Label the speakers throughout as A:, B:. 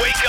A: Wake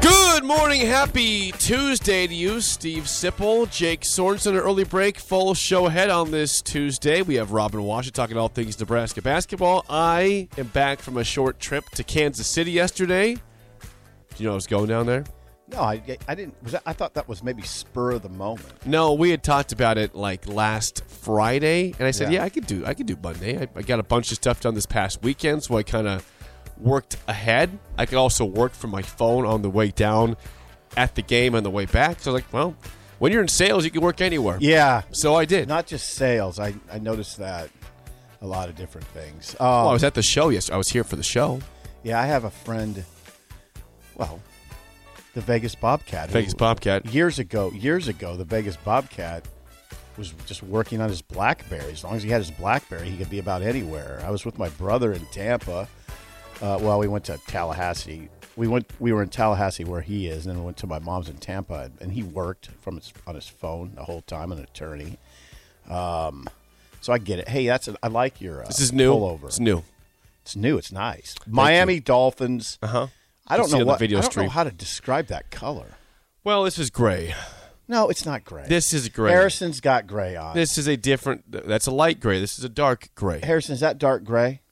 B: Good morning, happy Tuesday to you, Steve Sipple, Jake Sorensen. An early break, full show ahead on this Tuesday. We have Robin Washington talking all things Nebraska basketball. I am back from a short trip to Kansas City yesterday. Do you know I was going down there?
C: No, I, I didn't. Was that, I thought that was maybe spur of the moment.
B: No, we had talked about it like last Friday, and I said, "Yeah,
C: Yeah.
B: I could do, I could do Monday." I, I got a bunch of stuff done this past weekend, so I kind of worked ahead. I could also work from my phone on the way down, at the game on the way back. So I was like, "Well, when you're in sales, you can work anywhere."
C: Yeah,
B: So I did.
C: not just sales. I, I noticed that a lot of different things. Um,
B: well, Oh, I was at the show yesterday. I was here for the show.
C: yeah, I have a friend. Well, the Vegas Bobcat. who-
B: Vegas Bobcat.
C: Years ago, years ago, the Vegas Bobcat was just working on his BlackBerry. As long as he had his BlackBerry, he could be about anywhere. I was with my brother in Tampa. Uh, well, we went to Tallahassee. We went. We were in Tallahassee where he is, and then we went to my mom's in Tampa, and he worked from his on his phone the whole time, an attorney. Um, so I get it. Hey, that's an, I like your uh,
B: This is new.
C: pullover.
B: It's new.
C: It's new. It's nice. Miami Dolphins. Uh
B: Uh-huh.
C: I
B: You
C: don't
B: see it
C: know
B: on the
C: what.
B: video
C: I don't
B: stream.
C: know how to describe that color.
B: Well, this is gray.
C: No, it's not gray.
B: This is gray.
C: Harrison's got gray on.
B: This is a different. That's a light gray. This is a dark gray.
C: Harrison's that dark gray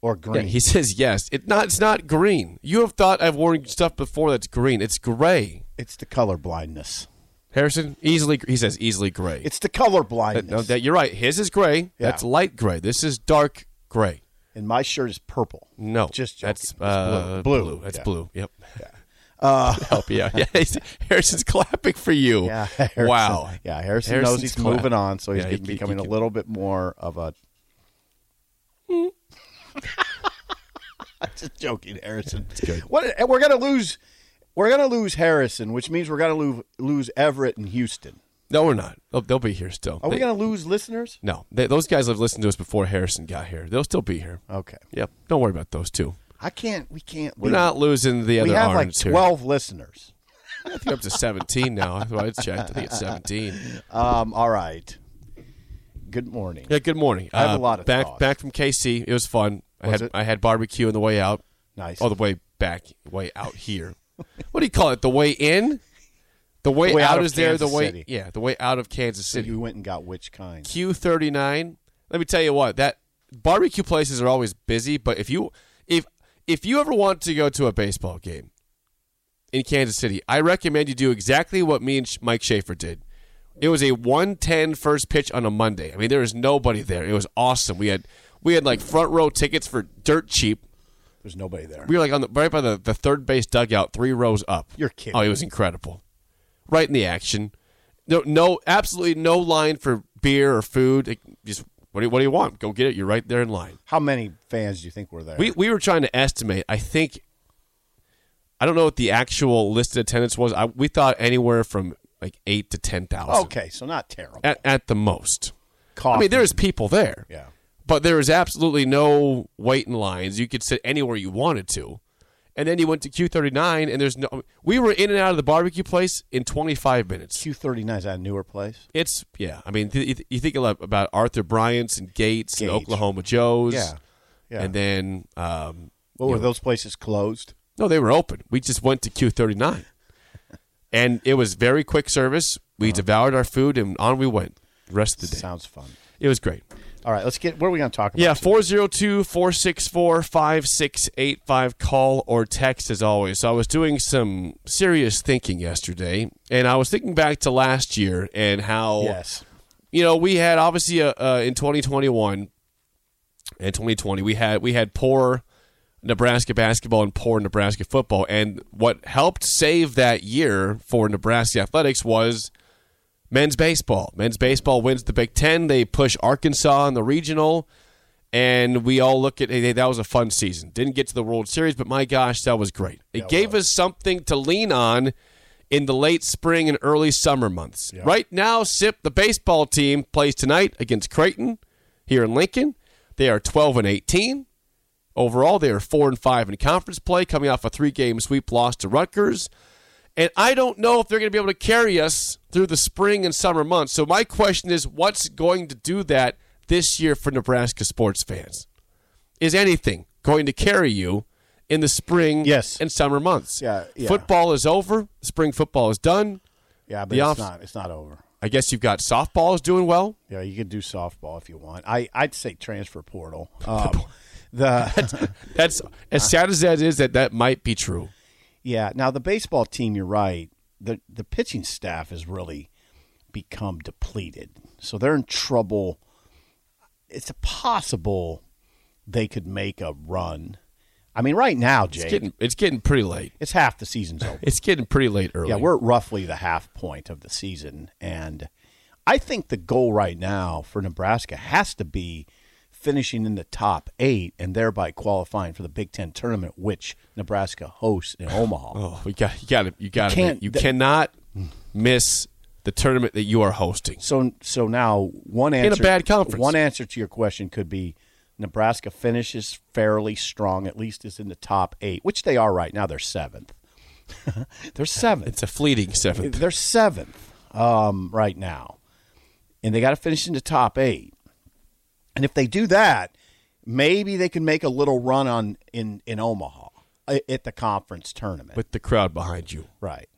C: or
B: Yeah,
C: green?
B: he says yes. It not. It's not green. You have thought I've worn stuff before that's green. It's gray.
C: it's the color blindness.
B: Harrison easily. He says easily gray.
C: It's the color
B: That-
C: blindness.
B: Uh, no, that you're right. His is gray. That's light gray. This is dark gray.
C: and my shirt is purple.
B: No,
C: just joking.
B: that's
C: It's
B: uh,
C: blue.
B: That's
C: yeah. Uh,
B: blue. Yep. Help you out. Yeah. he's- Harrison's clapping for you.
C: Yeah, Harrison,
B: Wow.
C: Yeah, Harrison
B: Harrison's
C: knows he's
B: clap.
C: moving on, so he's
B: Yeah, he
C: getting-
B: can- he
C: becoming
B: can- Hmm.
C: a little bit more of a. I'm just joking, Harrison.
B: good.
C: What? and We're gonna lose. We're gonna lose Harrison, which means we're gonna lose lose Everett and Houston.
B: No, we're not. They'll, they'll be here still.
C: Are we
B: They-
C: gonna lose listeners?
B: No, they, those guys have listened to us before Harrison got here. They'll still be here.
C: Okay.
B: Yep. Don't worry about those two.
C: I can't. Oh. We can't.
B: We're
C: lose.
B: not losing the other
C: We have like
B: orange here.
C: twelve listeners.
B: I think up to 17 now. I thought I checked. I think it's 17.
C: Um. All right. Good morning.
B: Yeah, good morning. Uh,
C: I have a lot of
B: back
C: thoughts.
B: back from KC. It was fun. I
C: Was
B: had
C: it?
B: I had barbecue on the way out.
C: Nice.
B: Oh, the way back, way out here. what do you call it? The way in? The way,
C: The way
B: out,
C: out of
B: is there, the
C: Kansas
B: way
C: City.
B: Yeah, the way out of Kansas
C: So
B: City.
C: you went and got which kind?
B: Q39. Let me tell you what. That barbecue places are always busy, but if you if if you ever want to go to a baseball game in Kansas City, I recommend you do exactly what me and Sh- Mike Schaefer did. It was a 110 first pitch on a Monday. I mean, there was nobody there. It was awesome. We had we had like front row tickets for dirt cheap.
C: There's nobody there.
B: We were like on the right by the, the third base dugout, three rows up.
C: You're kidding.
B: Oh, it was incredible. Right in the action. No, no, absolutely no line for beer or food. Like, just what do you, what do you want? Go get it. You're right there in line.
C: How many fans do you think were there?
B: We we were trying to estimate. I think I don't know what the actual listed attendance was. I, we thought anywhere from like eight to ten thousand.
C: okay, so not terrible.
B: At, at the most. I
C: Coffee.
B: mean, there's people there.
C: Yeah.
B: But there was absolutely no waiting lines. You could sit anywhere you wanted to. And then you went to Q39, and there's no. We were in and out of the barbecue place in 25 minutes.
C: Q39 is that a newer place?
B: It's, yeah. I mean, th- you think a lot about Arthur Bryant's and Gates and
C: Gage.
B: Oklahoma Joe's.
C: Yeah. Yeah.
B: And then, um,
C: Well, were those places closed?
B: no, they were open. We just went to Q39. and it was very quick service.
C: Uh-huh.
B: We devoured our food, and on we went the rest of the day.
C: Sounds fun.
B: It was great.
C: All right, let's get. What are we going to talk about?
B: Yeah,
C: today?
B: 402 464 5685. Call or text as always. So I was doing some serious thinking yesterday, and I was thinking back to last year and how,
C: Yes.
B: you know, we had obviously uh uh, in 2021 and 2020, we had, we had poor Nebraska basketball and poor Nebraska football. And what helped save that year for Nebraska athletics was men's baseball. Men's baseball wins the Big Ten. They push Arkansas in the regional, and we all look at hey, that was a fun season. Didn't get to the World Series, but my gosh, that was great. It gave us something to lean on in the late spring and early summer months. Right now, SIP the baseball team plays tonight against Creighton here in Lincoln. They are twelve and eighteen. Overall, they are four and five in conference play, coming off a three-game sweep loss to Rutgers. And I don't know if they're going to be able to carry us through the spring and summer months. So my question is, what's going to do that this year for Nebraska sports fans? Is anything going to carry you in the spring
C: Yes.
B: and summer months?
C: Yeah, yeah.
B: Football is over. Spring football is done.
C: Yeah, but
B: The
C: it's
B: off-
C: not. It's not over.
B: I guess you've got softball is doing well.
C: Yeah, you can do softball if you want. I I'd say transfer portal. Um, the
B: That's
C: Uh-huh.
B: as sad as that is. That that might be true.
C: yeah. Now the baseball team. You're right. the The pitching staff has really become depleted, so they're in trouble. It's possible they could make a run. I mean, right now, Jake,
B: It's
C: it's,
B: getting it's getting pretty late.
C: half the season's over.
B: It's getting pretty late early.
C: Yeah, we're at roughly the half point of the season. And I think the goal right now for Nebraska has to be finishing in the top eight and thereby qualifying for the Big Ten tournament, which Nebraska hosts in Omaha.
B: Oh, we got you. Got to you got to
C: can't-
B: you
C: th-
B: cannot miss the tournament that you are hosting.
C: So so now one
B: a
C: answer
B: bad conference.
C: One answer to your question could be Nebraska finishes fairly strong, at least is in the top eight, which they are right now. They're seventh. They're seventh.
B: It's a fleeting seventh.
C: They're seventh um, right now, and they got to finish in the top eight. And if they do that, maybe they can make a little run on in in Omaha i- at the conference tournament.
B: with the crowd behind you.
C: right,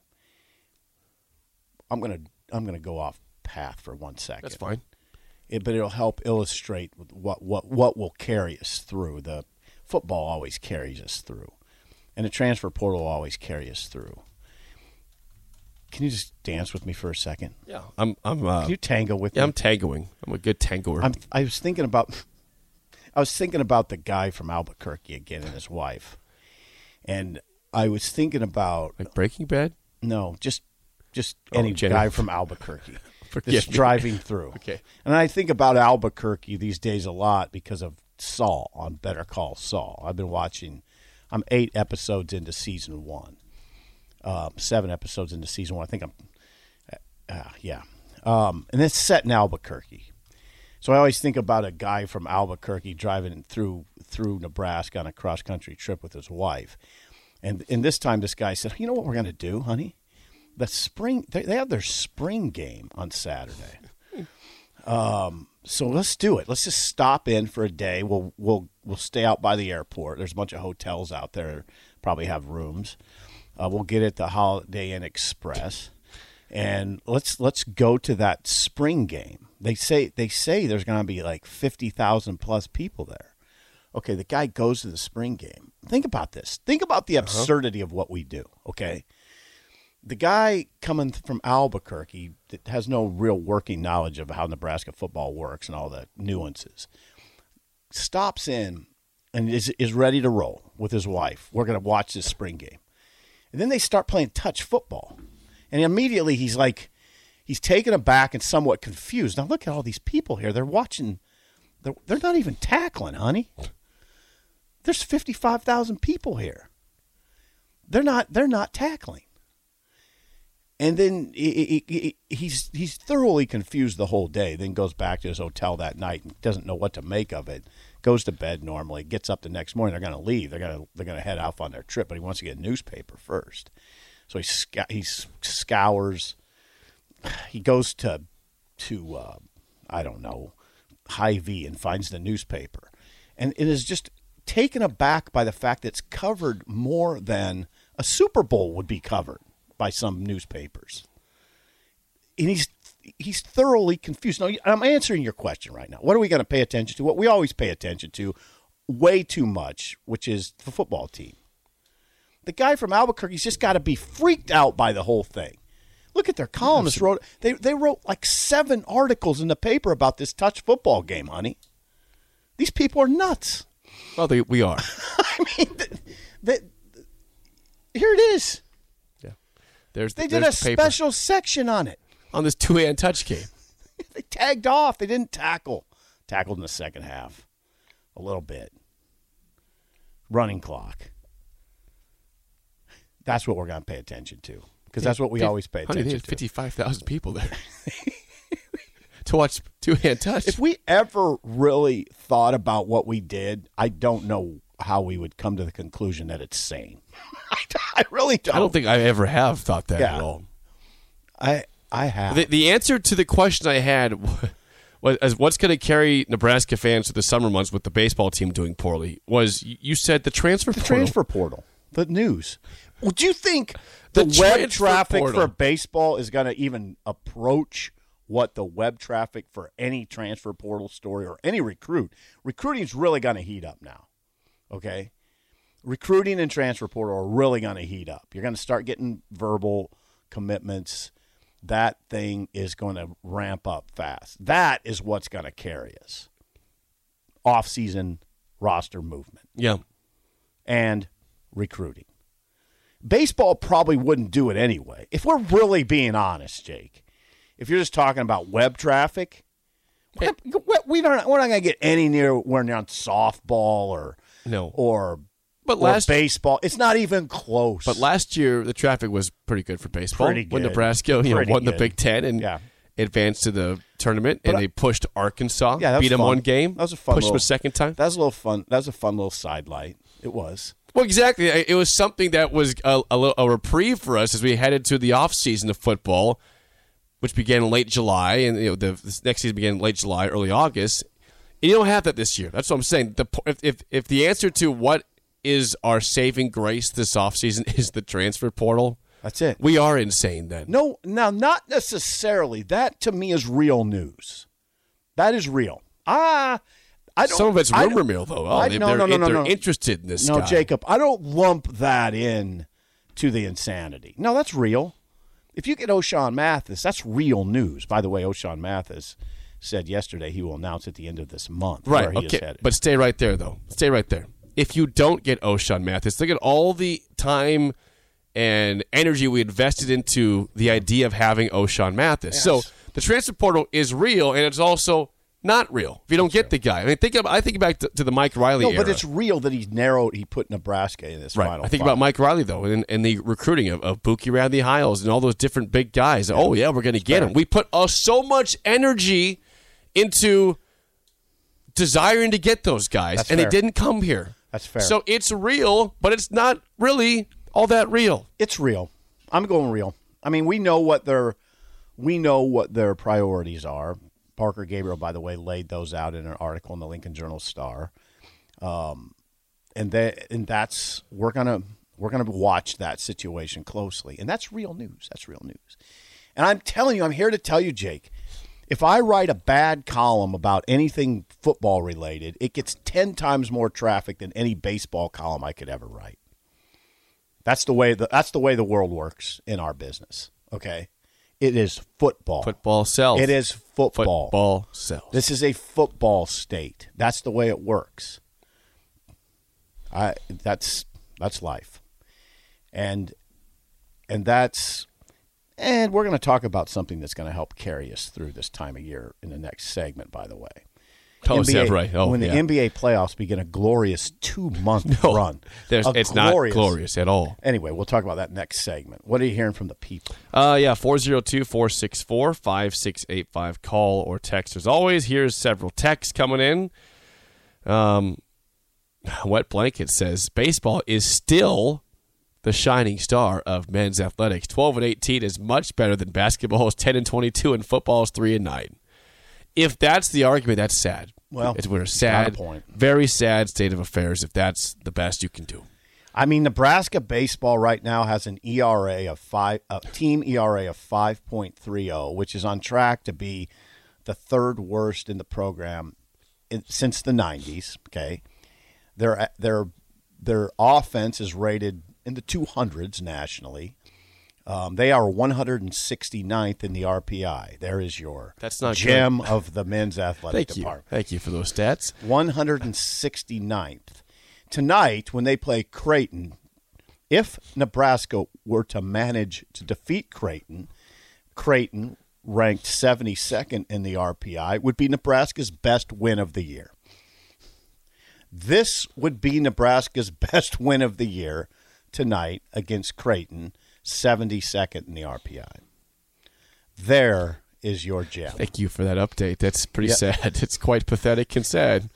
C: I'm gonna I'm gonna go off path for one second.
B: That's fine.
C: It- but it'll help illustrate with what what what will carry us through. The football always carries us through, and the transfer portal always carries us through. Can you just dance with me for a second?
B: Yeah, I'm. I'm. Uh,
C: Can you tango with
B: yeah, I'm
C: me?
B: tangoing. I'm a good tangoer.
C: I'm, I was thinking about, I was thinking about the guy from Albuquerque again and his wife, and I was thinking about
B: like Breaking Bad.
C: no, just just
B: Oh,
C: any
B: Jenny.
C: guy from Albuquerque
B: Forgive
C: that's
B: me.
C: driving through.
B: Okay.
C: and I think about Albuquerque these days a lot because of Saul on Better Call Saul. I've been watching. I'm eight episodes into season one, um, seven episodes into season one. I think I'm, uh, yeah, um, and it's set in Albuquerque. So I always think about a guy from Albuquerque driving through through Nebraska on a cross country trip with his wife, and and this time this guy said, "You know what we're gonna do, honey? The spring they, they have their spring game on Saturday, um, so let's do it. Let's just stop in for a day. We'll we'll we'll stay out by the airport. There's a bunch of hotels out there, probably have rooms. Uh, we'll get at the Holiday Inn Express." and let's let's go to that spring game. They say they say there's going to be like fifty thousand plus people there. Okay, the guy goes to the spring game. Think about this. Think about the absurdity of what we do. Okay, the guy coming th- from Albuquerque that has no real working knowledge of how Nebraska football works and all the nuances stops in and is is ready to roll with his wife. We're going to watch this spring game. And then they start playing touch football. And immediately he's like, he's taken aback and somewhat confused. Now look at all these people here. They're watching, they're, they're not even tackling, honey. There's 55,000 people here. They're not, they're not tackling. And then he- he- he- he's he's thoroughly confused the whole day. Then goes back to his hotel that night and doesn't know what to make of it. Goes to bed normally. Gets up the next morning. They're going to leave. They're going to they're going to head off on their trip. But he wants to get a newspaper first. So he sc- he s- scours. He goes to to uh, I don't know High V and finds the newspaper, and it is just taken aback by the fact that it's covered more than a Super Bowl would be covered by some newspapers. And he's he's thoroughly confused. Now I'm answering your question right now. What are we going to pay attention to? What we always pay attention to, way too much, which is the football team. The guy from Albuquerque's just got to be freaked out by the whole thing. Look at their columnists wrote they they wrote like seven articles in the paper about this touch football game, honey. These people are nuts.
B: Well, they, we are.
C: I mean, th th- here it is.
B: Yeah. There's
C: They
B: the,
C: did a
B: there's the paper.
C: special section on it.
B: on this two hand touch game.
C: They tagged off. They didn't tackle. Tackled in the second half, a little bit. Running clock. That's what we're going to pay attention to because that's what we always pay
B: Honey, they
C: attention
B: had
C: to.
B: 55,000 people there to watch two hand touch.
C: If we ever really thought about what we did, I don't know how we would come to the conclusion that it's sane. I really don't.
B: I don't think I ever have thought that
C: Yeah.
B: at all.
C: I I have.
B: The, the answer to the question I had wa- was, as what's going to carry Nebraska fans through the summer months with the baseball team doing poorly was y- you said the transfer
C: the
B: portal.
C: transfer portal, the news. Would you think the,
B: The
C: web
B: transfer
C: traffic
B: portal.
C: for baseball is going to even approach what the web traffic for any transfer portal story or any recruit? Recruiting's really going to heat up now. Okay, recruiting and transfer portal are really going to heat up. You're going to start getting verbal commitments. That thing is going to ramp up fast. That is what's going to carry us. Off-season roster movement
B: Yeah.
C: and recruiting. Baseball probably wouldn't do it anyway. If we're really being honest, Jake, if you're just talking about web traffic,
B: Hey.
C: we- we don't, we're not going to get any near we're on softball or
B: No.
C: or,
B: But
C: or
B: last
C: baseball. It's not even close.
B: but last year the traffic was pretty good for baseball
C: Pretty
B: when
C: good.
B: Nebraska you know,
C: Pretty
B: won the
C: good.
B: Big 10 and
C: Yeah.
B: advanced to the tournament and
C: I-
B: they pushed Arkansas
C: yeah, that was
B: beat them
C: fun.
B: one game
C: That was a fun.
B: pushed
C: little,
B: them a second time
C: That was a little fun. That was a fun little sidelight. It was.
B: Well, exactly. I- It was something that was a, a, little- a reprieve for us as we headed to the off season of football, which began in late July, and you know the this next season began in late July, early August. And you don't have that this year. That's what I'm saying. The po- if if, if the answer to what is our saving grace this offseason is the transfer portal,
C: That's it.
B: we are insane then.
C: No, now not necessarily. That to me is real news. That is real. Ah, I don't.
B: Some of it's
C: I
B: rumor
C: don't-
B: mill though. Oh,
C: I-
B: they,
C: no,
B: they're,
C: no, no, no,
B: they're
C: no.
B: interested in this
C: No,
B: guy.
C: Jacob, I don't lump that in to the insanity. No, that's real. If you get O'Shawn Mathis, that's real news. By the way, O'Shawn Mathis said yesterday he will announce at the end of this month where
B: Right.
C: he is
B: Okay.
C: headed.
B: But stay right there, though. Stay right there. If you don't get O'Shawn Mathis, look at all the time and energy we invested into the idea of having O'Shawn Mathis. So the transfer portal is real, and it's also not real if you don't get the guy. I mean, think about, I think back to, to the Mike Riley
C: no,
B: era.
C: but it's real that he narrowed. He put Nebraska in this
B: Right.
C: final.
B: I think
C: five.
B: about Mike Riley though, and, and the recruiting of, of Buki Radley Hiles and all those different big guys. Oh yeah, we're going to get him. We put uh, so much energy into desiring to get those guys,
C: That's
B: and
C: fair.
B: they didn't come here.
C: That's fair.
B: So it's real, but it's not really all that real.
C: it's real. I'm going real. I mean, we know what their we know what their priorities are. Parker Gabriel, by the way, laid those out in an article in the Lincoln Journal Star, um, and that and that's we're gonna we're gonna watch that situation closely, and that's real news. That's real news. And I'm telling you, I'm here to tell you, Jake. If I write a bad column about anything football related, it gets ten times more traffic than any baseball column I could ever write. That's the way the that's the way the world works in our business. Okay, it is football.
B: Football sells.
C: It is football.
B: Football sells.
C: This is a football state. That's the way it works. I that's that's life, and and that's and we're going to talk about something that's going to help carry us through this time of year in the next segment. By the way,
B: oh, is that
C: NBA
B: right? Oh,
C: when
B: yeah.
C: the NBA playoffs begin a glorious two month
B: No,
C: run,
B: there's-
C: A
B: it's not glorious at all.
C: Anyway, we'll talk about that next segment. What are you hearing from the people?
B: Uh, yeah, 402 464 5685. Call or text as always. Here's several texts coming in. Um, Wet Blanket says baseball is still the shining star of men's athletics. 12 and 18 is much better than basketball's 10 and 22 and football's 3 and 9. If that's the argument, that's sad.
C: Well,
B: it's we're
C: got a
B: sad,
C: point.
B: very sad state of affairs if that's the best you can do.
C: I mean, Nebraska baseball right now has an ERA of five, a team ERA of five point three zero, which is on track to be the third worst in the program in, since the nineties. Okay, their their their offense is rated in the two hundreds nationally. Um, they are 169th in the RPI. There is your
B: That's not good.
C: gem of the men's athletic
B: Thank you.
C: department.
B: Thank you for those stats.
C: 169th. Tonight, when they play Creighton, if Nebraska were to manage to defeat Creighton, Creighton ranked 72nd in the RPI, would be Nebraska's best win of the year. This would be Nebraska's best win of the year tonight against Creighton, 72nd in the RPI. There is your gem.
B: Thank you for that update. That's pretty
C: Yeah.
B: sad. It's quite pathetic and sad.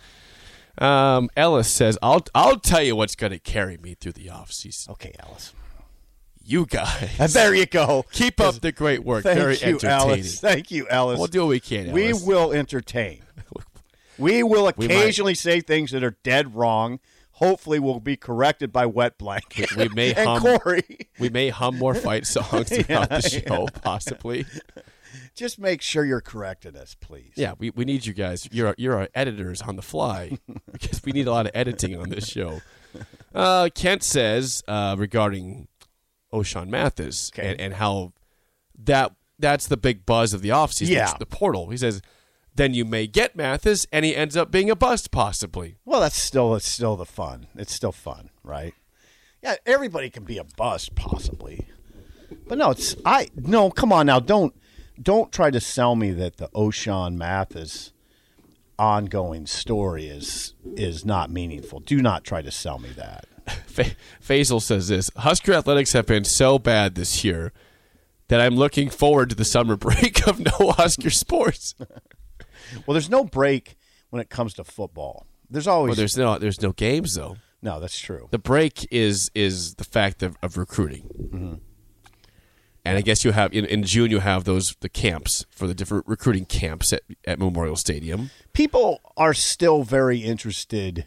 B: Um, Ellis says, "I'll I'll tell you what's going to carry me through the offseason.
C: Okay, Alice.
B: You guys,
C: And there you go.
B: keep up the great work.
C: Thank
B: Very
C: you,
B: entertaining.
C: Alice. Thank you, Alice.
B: We'll do what we can.
C: We
B: Ellis.
C: will entertain. We will
B: We might.
C: occasionally say things that are dead wrong. Hopefully, we'll be corrected by Wet Blanket.
B: We- we may
C: and
B: hum.
C: Corey.
B: we may hum more fight songs throughout the show, possibly.
C: Just make sure you're correcting us, please.
B: Yeah, we, we need you guys. You're our, you're our editors on the fly because we need a lot of editing on this show. Uh, Kent says uh, regarding O'Shawn Mathis
C: Okay.
B: and, and how that that's the big buzz of the offseason,
C: Yeah.
B: the portal. He says, then you may get Mathis and he ends up being a bust, possibly.
C: Well, that's still it's still the fun. It's still fun, right? Yeah, everybody can be a bust possibly, but no, it's I no. Come on now, don't don't try to sell me that the O'Shawn Mathis ongoing story is is not meaningful. Do not try to sell me that.
B: Fa- Faisal says this Husker athletics have been so bad this year that I'm looking forward to the summer break of no Husker sports.
C: Well, there's no break when it comes to football. There's always
B: Well, there's no there's no games though.
C: no. That's true.
B: the break is is the fact of, of recruiting and i guess you have in, in june you have those the camps for the different recruiting camps at, at memorial stadium
C: people are still very interested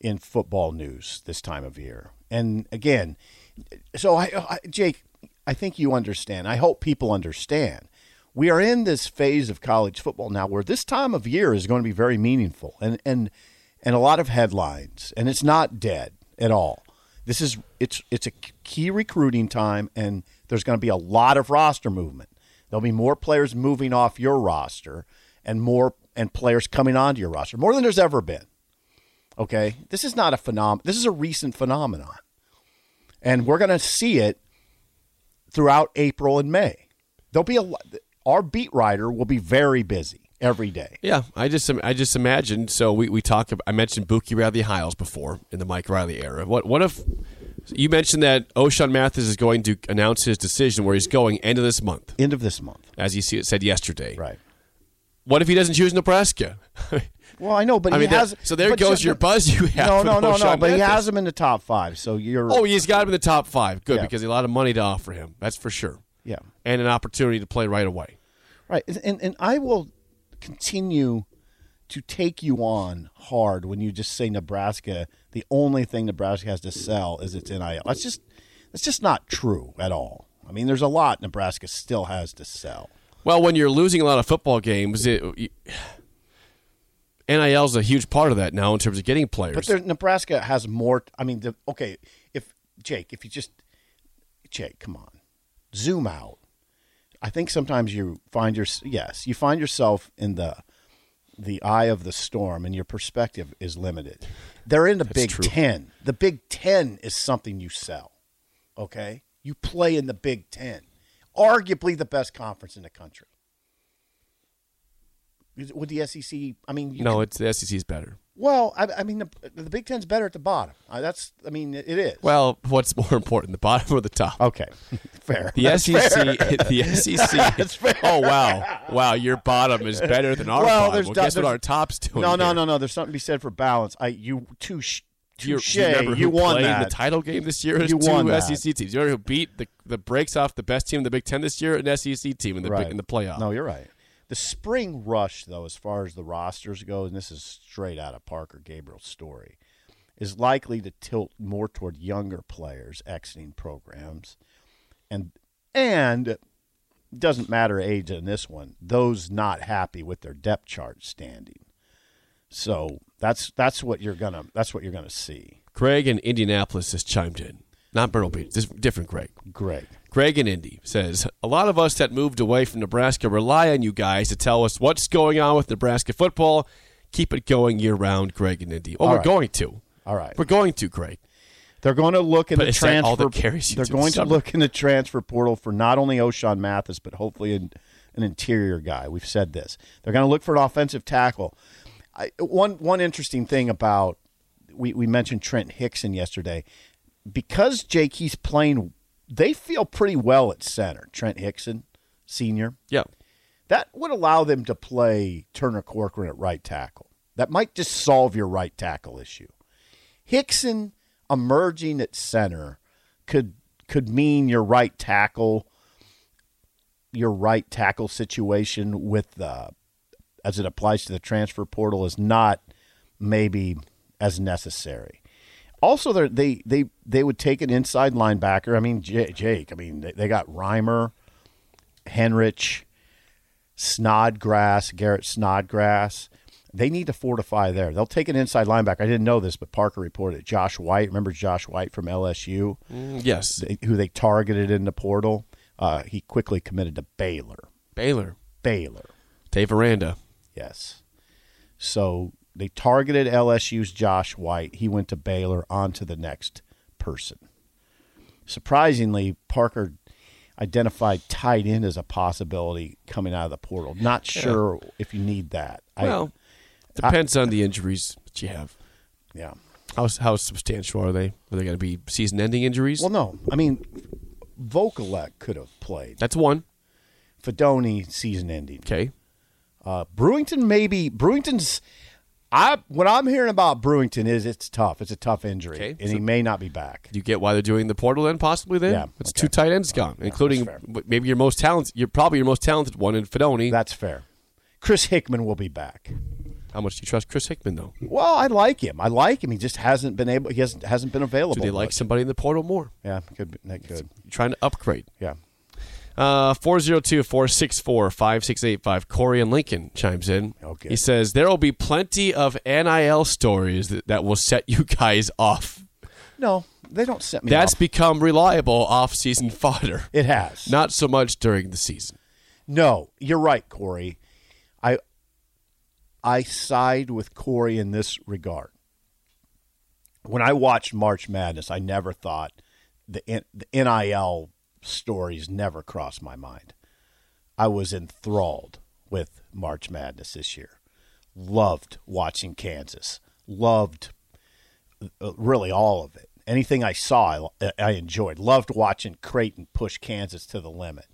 C: in football news this time of year. And again, so I, I Jake, I think you understand. I hope people understand. We are in this phase of college football now where this time of year is going to be very meaningful and and and a lot of headlines and it's not dead at all. This is it's it's a key recruiting time and there's going to be a lot of roster movement. There'll be more players moving off your roster and more and players coming onto your roster more than there's ever been. Okay, this is not a phenom. This is a recent phenomenon, and we're going to see it throughout April and May. There'll be a lot. Our beat writer will be very busy every day.
B: yeah i just im- i just imagine so we, we talk about, i mentioned Buki riley hiles before in the mike riley era what what if you mentioned that O'Shawn Mathis is going to announce his decision where he's going end of this month,
C: End of this month,
B: as you see it said yesterday.
C: right?
B: What if he doesn't choose Nebraska?
C: Well, I know, but
B: I
C: he
B: mean, that-
C: has.
B: so there
C: but
B: goes your buzz you have
C: No,
B: for
C: no, no, no.
B: O'Shawn
C: But he
B: Mathis.
C: has him in the top five. So you're.
B: Oh, he's got him in the top five. Good,
C: Yeah.
B: because he had a lot of money to offer him. That's for sure.
C: Yeah.
B: And an opportunity to play right away.
C: Right. And- And and I will continue to take you on hard when you just say Nebraska, the only thing Nebraska has to sell is its NIL. That's just that's just not true at all. I mean, there's a lot Nebraska still has to sell.
B: Well, when you're losing a lot of football games, it, you, NIL is a huge part of that now in terms of getting players.
C: But there, Nebraska has more. I mean, the, okay, if Jake, if you just Jake, come on, zoom out. I think sometimes you find your yes, you find yourself in the the eye of the storm, and your perspective is limited. They're in the Big
B: true.
C: Ten. The Big Ten is something you sell. Okay, you play in the Big Ten, arguably the best conference in the country. Is- Would the SEC? I mean, you
B: no, it's the SEC's better.
C: well, I, I mean, the, the Big Ten's better at the bottom. I, that's, I mean, it is.
B: Well, what's more important, the bottom or the top?
C: okay, fair.
B: The SEC, the SEC. Oh wow, wow! Your bottom is better than our
C: Well,
B: bottom.
C: there's
B: Well,
C: do-
B: guess what
C: there's-
B: our top's doing?
C: no, no,
B: here?
C: no, no. There's something to be said for balance. I, you, touche,
B: Do you,
C: touche.
B: do you remember who
C: you won
B: played
C: that.
B: the title game this year? It's
C: You
B: two
C: won that.
B: SEC teams. You remember who beat the the breaks off the best team in the Big Ten this year? An SEC team in the big, in the playoff.
C: No, you're right. The spring rush, though, as far as the rosters go, and this is straight out of Parker Gabriel's story, is likely to tilt more toward younger players exiting programs, and and doesn't matter age in this one. Those not happy with their depth chart standing. So that's that's what you're gonna that's what you're gonna see.
B: Greg in Indianapolis has chimed in. Not Myrtle Beach, just different Greg.
C: Greg,
B: Greg in Indy says, A lot of us that moved away from Nebraska rely on you guys to tell us what's going on with Nebraska football. Keep it going year round, Greg in Indy. Oh,
C: All
B: we're
C: right.
B: going to.
C: all right.
B: We're going to, Greg.
C: They're going to look in
B: But
C: the
B: is that
C: transfer.
B: all that carries you
C: they're
B: through the
C: going to
B: summer?
C: look in the transfer portal for not only O'Shawn Mathis, but hopefully in an interior guy. We've said this. They're going to look for an offensive tackle. I, one one interesting thing about we, we mentioned Trent Hickson yesterday because Jake he's playing. They feel pretty well at center. Trent Hickson, senior,
B: Yeah.
C: that would allow them to play Turner Corcoran at right tackle. That might just solve your right tackle issue. Hickson emerging at center could could mean your right tackle your right tackle situation with the as it applies to the transfer portal is not maybe as necessary. Also, they're- they they they would take an inside linebacker. I mean, J- Jake. I mean, they, they got Reimer, Henrich. Snodgrass, Garrett Snodgrass. They need to fortify there. They'll take an inside linebacker. I didn't know this, but Parker reported it. Josh White. Remember Josh White from LSU,
B: Mm, Yes.
C: They- who they targeted in the portal? Uh, he quickly committed to Baylor.
B: Baylor.
C: Baylor,
B: Dave Veranda.
C: yes. So they targeted LSU's Josh White. He went to Baylor. On to the next person. Surprisingly, Parker identified tight end as a possibility coming out of the portal. Not sure if you need that. I-
B: Well, depends on the injuries that you have.
C: Yeah.
B: How how substantial are they? Are they going to be season-ending injuries?
C: Well, no. I mean, Vokalek could have played.
B: That's one.
C: Fedoni season ending.
B: Okay.
C: Uh, Brewington maybe. Brewington's. I what I'm hearing about Brewington is it's tough. It's a tough injury,
B: Okay.
C: and he may not be back.
B: Do you get why they're doing the portal then? Possibly then.
C: Yeah,
B: It's
C: okay.
B: two tight ends gone, including
C: fair.
B: w- maybe your most talented. You're probably your most talented one in Fedoni.
C: That's fair. Chris Hickman will be back.
B: How much do you trust Chris Hickman though?
C: Well, I like him. I like him. He just hasn't been able. He hasn't hasn't been available.
B: Do they like
C: much.
B: somebody in the portal more?
C: Yeah, could be, that could.
B: You're trying to upgrade.
C: Yeah.
B: Uh, 402-464-5685. Corey in Lincoln chimes in.
C: Okay.
B: He says, there will be plenty of NIL stories that, that will set you guys off.
C: No, they don't set me.
B: That's
C: off.
B: become reliable off-season fodder.
C: it has
B: Not so much during the season.
C: No, you're right, Corey. I I side with Corey in this regard. When I watched March Madness, I never thought the N- the NIL stories never crossed my mind. I was enthralled with March Madness this year. Loved watching Kansas. Loved uh, really all of it. Anything I saw, I, I enjoyed. Loved watching Creighton push Kansas to the limit.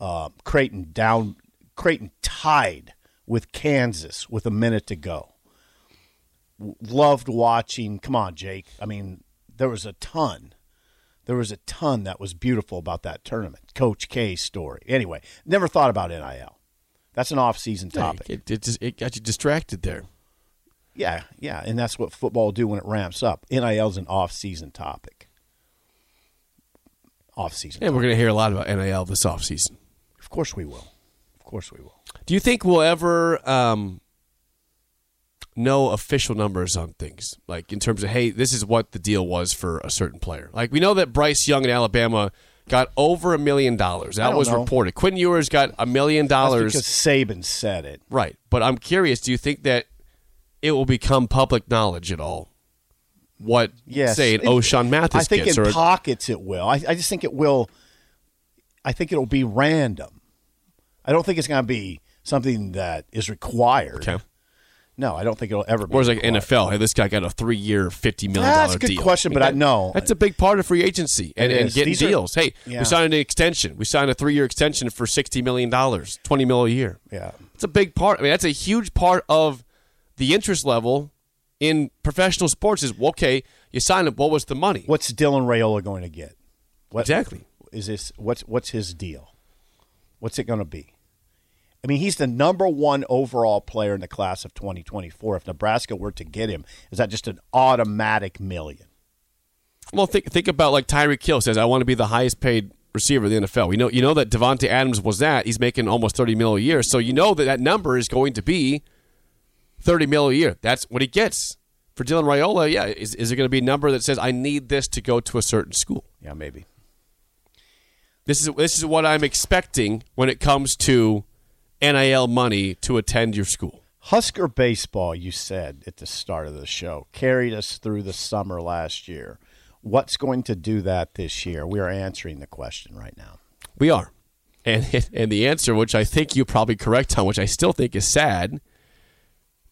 C: Um, Creighton down, Creighton tied with Kansas with a minute to go. W- Loved watching. Come on, Jake. I mean, there was a ton. There was a ton that was beautiful about that tournament. Coach K's story. Anyway, never thought about NIL. That's an off-season topic.
B: It, it, just, it got you distracted there.
C: Yeah, yeah, and that's what football will do when it ramps up. NIL's an off-season topic. Off-season.
B: And we're going to hear a lot about NIL this offseason.
C: Of course we will. Of course we will.
B: Do you think we'll ever um, know official numbers on things? Like in terms of, hey, this is what the deal was for a certain player. Like we know that Bryce Young in Alabama got over a million dollars.
C: I
B: That
C: don't
B: was
C: know.
B: reported. Quinn Ewers got a million
C: That's because
B: dollars.
C: Saban said it.
B: Right. But I'm curious, do you think that it will become public knowledge at all? What,
C: Yes.
B: say, an
C: It-
B: O'Shawn Mathis
C: I think
B: gets?
C: in
B: or,
C: pockets it will. I, I just think it will. I think it'll be random. I don't think it's going to be something that is required.
B: okay.
C: No, I don't think it'll ever be.
B: Whereas like
C: required.
B: NFL, hey, this guy got a three-year, fifty million dollar
C: That's
B: deal.
C: a good question, but I- no.
B: that's a big part of free agency and,
C: It
B: and
C: is.
B: getting
C: These are-
B: deals. hey,
C: Yeah.
B: we signed an extension. We signed a three-year extension for sixty million dollars, twenty mil a year.
C: Yeah.
B: It's a big part. I mean, that's a huge part of the interest level in professional sports. Is well, okay, you signed him. What was the money?
C: What's Dylan Rayola going to get? What,
B: exactly?
C: is this what's what's his deal? What's it going to be? I mean, he's the number one overall player in the class of 2024. If Nebraska were to get him, is that just an automatic million?
B: Well, think think about like Tyreek Hill says, I want to be the highest paid receiver in the NFL. We know you know that Devonte Adams was that. He's making almost thirty mil a year, so you know that that number is going to be thirty mil a year. That's what he gets for Dylan Raiola. Yeah, is is it going to be a number that says I need this to go to a certain school?
C: Yeah, maybe.
B: This is this is what I'm expecting when it comes to NIL money to attend your school.
C: Husker baseball, you said at the start of the show, carried us through the summer last year. What's going to do that this year? We are answering the question right now.
B: We are. And and the answer, which I think you probably correct on, which I still think is sad,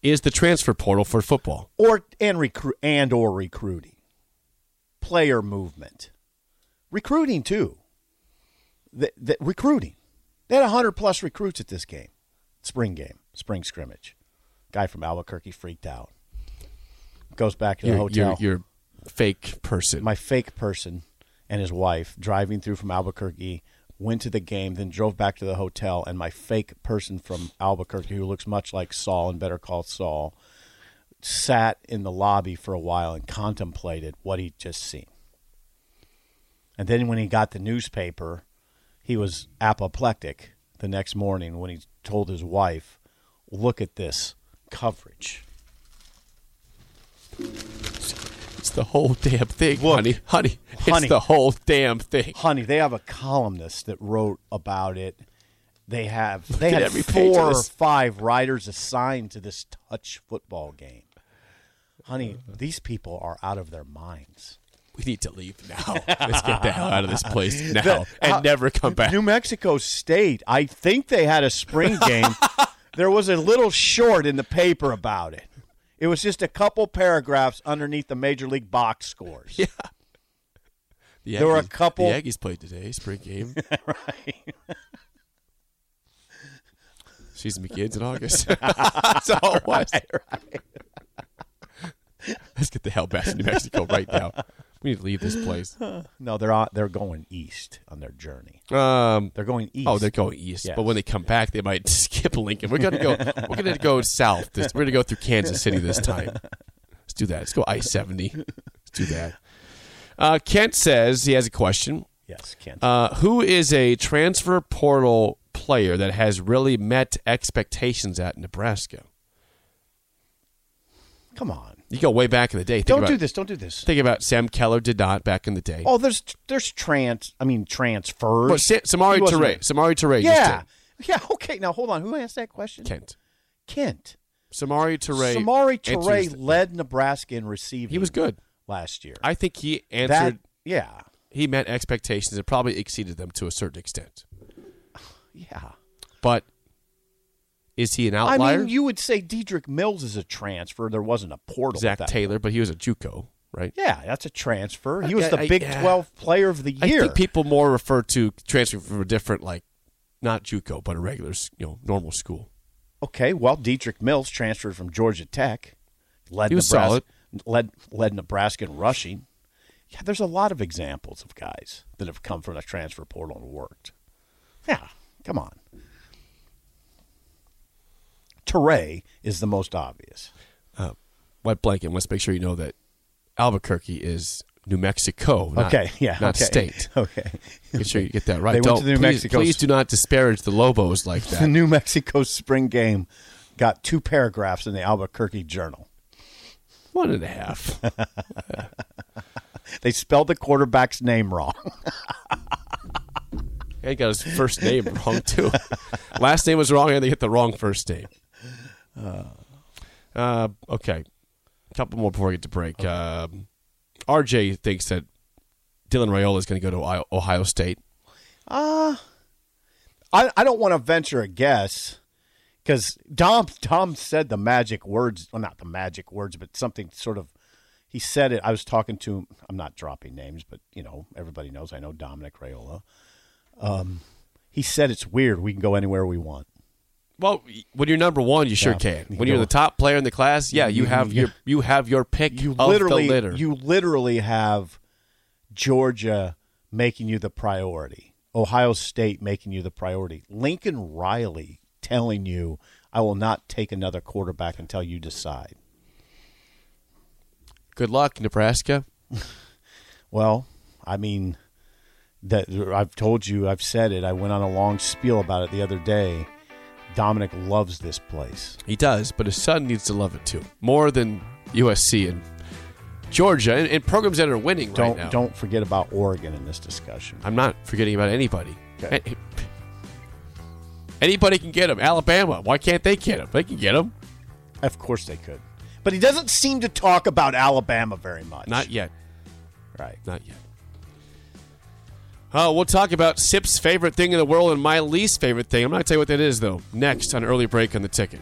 B: is the transfer portal for football.
C: or and recruit and or recruiting player movement recruiting too the, the, recruiting they had 100 plus recruits at this game spring game spring scrimmage guy from albuquerque freaked out goes back to the
B: You're,
C: hotel
B: you're, you're a fake person.
C: my fake person and his wife driving through from Albuquerque went to the game, then drove back to the hotel, and my fake person from Albuquerque, who looks much like Saul and Better Call Saul, sat in the lobby for a while and contemplated what he'd just seen. And then when he got the newspaper, he was apoplectic the next morning when he told his wife, "Look at this coverage."
B: it's the whole damn thing,
C: Look.
B: honey. Honey,
C: Honey.
B: it's the whole damn thing.
C: honey, they have a columnist that wrote about it. They have they
B: at
C: had
B: every page of
C: four or
B: this.
C: five writers assigned to this touch football game. Honey, these people are out of their minds.
B: We need to leave now. Let's get the hell out of this place now and never come back.
C: New Mexico State, I think they had a spring game. there was a little short in the paper about it. It was just a couple paragraphs underneath the major league box scores.
B: The
C: There were a
B: Aggies-
C: couple-
B: The Aggies played today, spring game. right. Season begins in August. That's all it was. Let's get the hell back to New Mexico right now. We need to leave this place.
C: No, they're on, they're going east on their journey.
B: Um,
C: They're going east.
B: oh, they're going east,
C: Yes.
B: but when they come back, they might skip Lincoln. We're gonna go. We're gonna go south. This, we're gonna go through Kansas City this time. Let's do that. Let's go I seventy. Let's do that. Uh, Kent says he has a question.
C: yes, Kansas.
B: Uh, who is a transfer portal player that has really met expectations at Nebraska?
C: Come on.
B: You go way back in the day. Think
C: Don't
B: about,
C: do this. Don't do this.
B: Think about Sam Keller did not back in the day.
C: Oh, there's there's trans. I mean transfers.
B: Well, Sa- Samari
C: He wasn't-
B: Toure. Samari Toure.
C: Yeah,
B: Just
C: yeah. Okay, now hold on. Who asked that question?
B: did. Kent.
C: Kent.
B: Samari Toure.
C: Samari
B: answers
C: Toure
B: the-
C: led Nebraska in receiving.
B: He was good.
C: last year.
B: I think he
C: that
B: answered.
C: yeah
B: He met expectations and probably exceeded them to a certain extent.
C: yeah.
B: But is he an
C: I
B: outlier?
C: mean, you would say Diedrich Mills is a transfer. There wasn't a portal.
B: Zach
C: at that
B: Taylor, but he was a JUCO, right?
C: Yeah, that's a transfer. He
B: I-
C: was
B: I-
C: the
B: I-
C: Big
B: yeah.
C: Twelve Player of the Year.
B: I think people more refer to transferring from a different, like, not JUCO, but a regular, s- you know, normal school.
C: Okay, well, Dietrich Mills transferred from Georgia Tech, led
B: He was
C: Nebraska, led led Nebraska in rushing. Yeah, there's a lot of examples of guys that have come from the transfer portal and worked. Yeah, come on. Teray is the most obvious.
B: Uh, wet blanket. Let's make sure you know that Albuquerque is New Mexico. Not,
C: okay, yeah,
B: not
C: okay.
B: state.
C: Okay,
B: Make sure you get that right.
C: They went
B: Don't,
C: to the New
B: please,
C: Mexico-
B: please do not disparage the Lobos like
C: the
B: that.
C: New Mexico spring game got two paragraphs in the Albuquerque Journal.
B: One and a half.
C: They spelled the quarterback's name wrong.
B: And got his first name wrong too. Last name was wrong, and they get the wrong first name. Uh, okay, a couple more before we get to break. Um, RJ thinks that Dylan Rayola is going to go to Ohio- Ohio State.
C: I, I don't want to venture a guess because Dom Dom said the magic words, well, not the magic words, but something sort of. He said it. I was talking to him. I'm not dropping names, but you know everybody knows. I know Dominic Rayola. Um, he said it's weird. We can go anywhere we want.
B: Well, when you're number one, you sure
C: Yeah.
B: can.
C: You
B: When you're
C: go-
B: the top player in the class, yeah, you
C: You-
B: have
C: you-
B: your you have your pick
C: You
B: of
C: literally,
B: the litter.
C: you literally have Georgia making you the priority, Ohio State making you the priority, Lincoln Riley telling you, "I will not take another quarterback until you decide."
B: Good luck, Nebraska.
C: Well, I mean, that I've told you, I've said it. I went on a long spiel about it the other day. Dominic loves this place.
B: He does, but his son needs to love it too, more than USC and Georgia and, and programs that are winning right
C: Don't
B: now.
C: don't forget about Oregon in this discussion.
B: I'm not forgetting about anybody.
C: Okay.
B: A- Anybody can get him. Alabama. Why can't they get him? They can get him.
C: Of course they could, but he doesn't seem to talk about Alabama very much.
B: Not yet.
C: right.
B: Not yet. Uh, we'll talk about Sip's favorite thing in the world and my least favorite thing. I'm not going to tell you what that is, though, next on Early Break on the Ticket.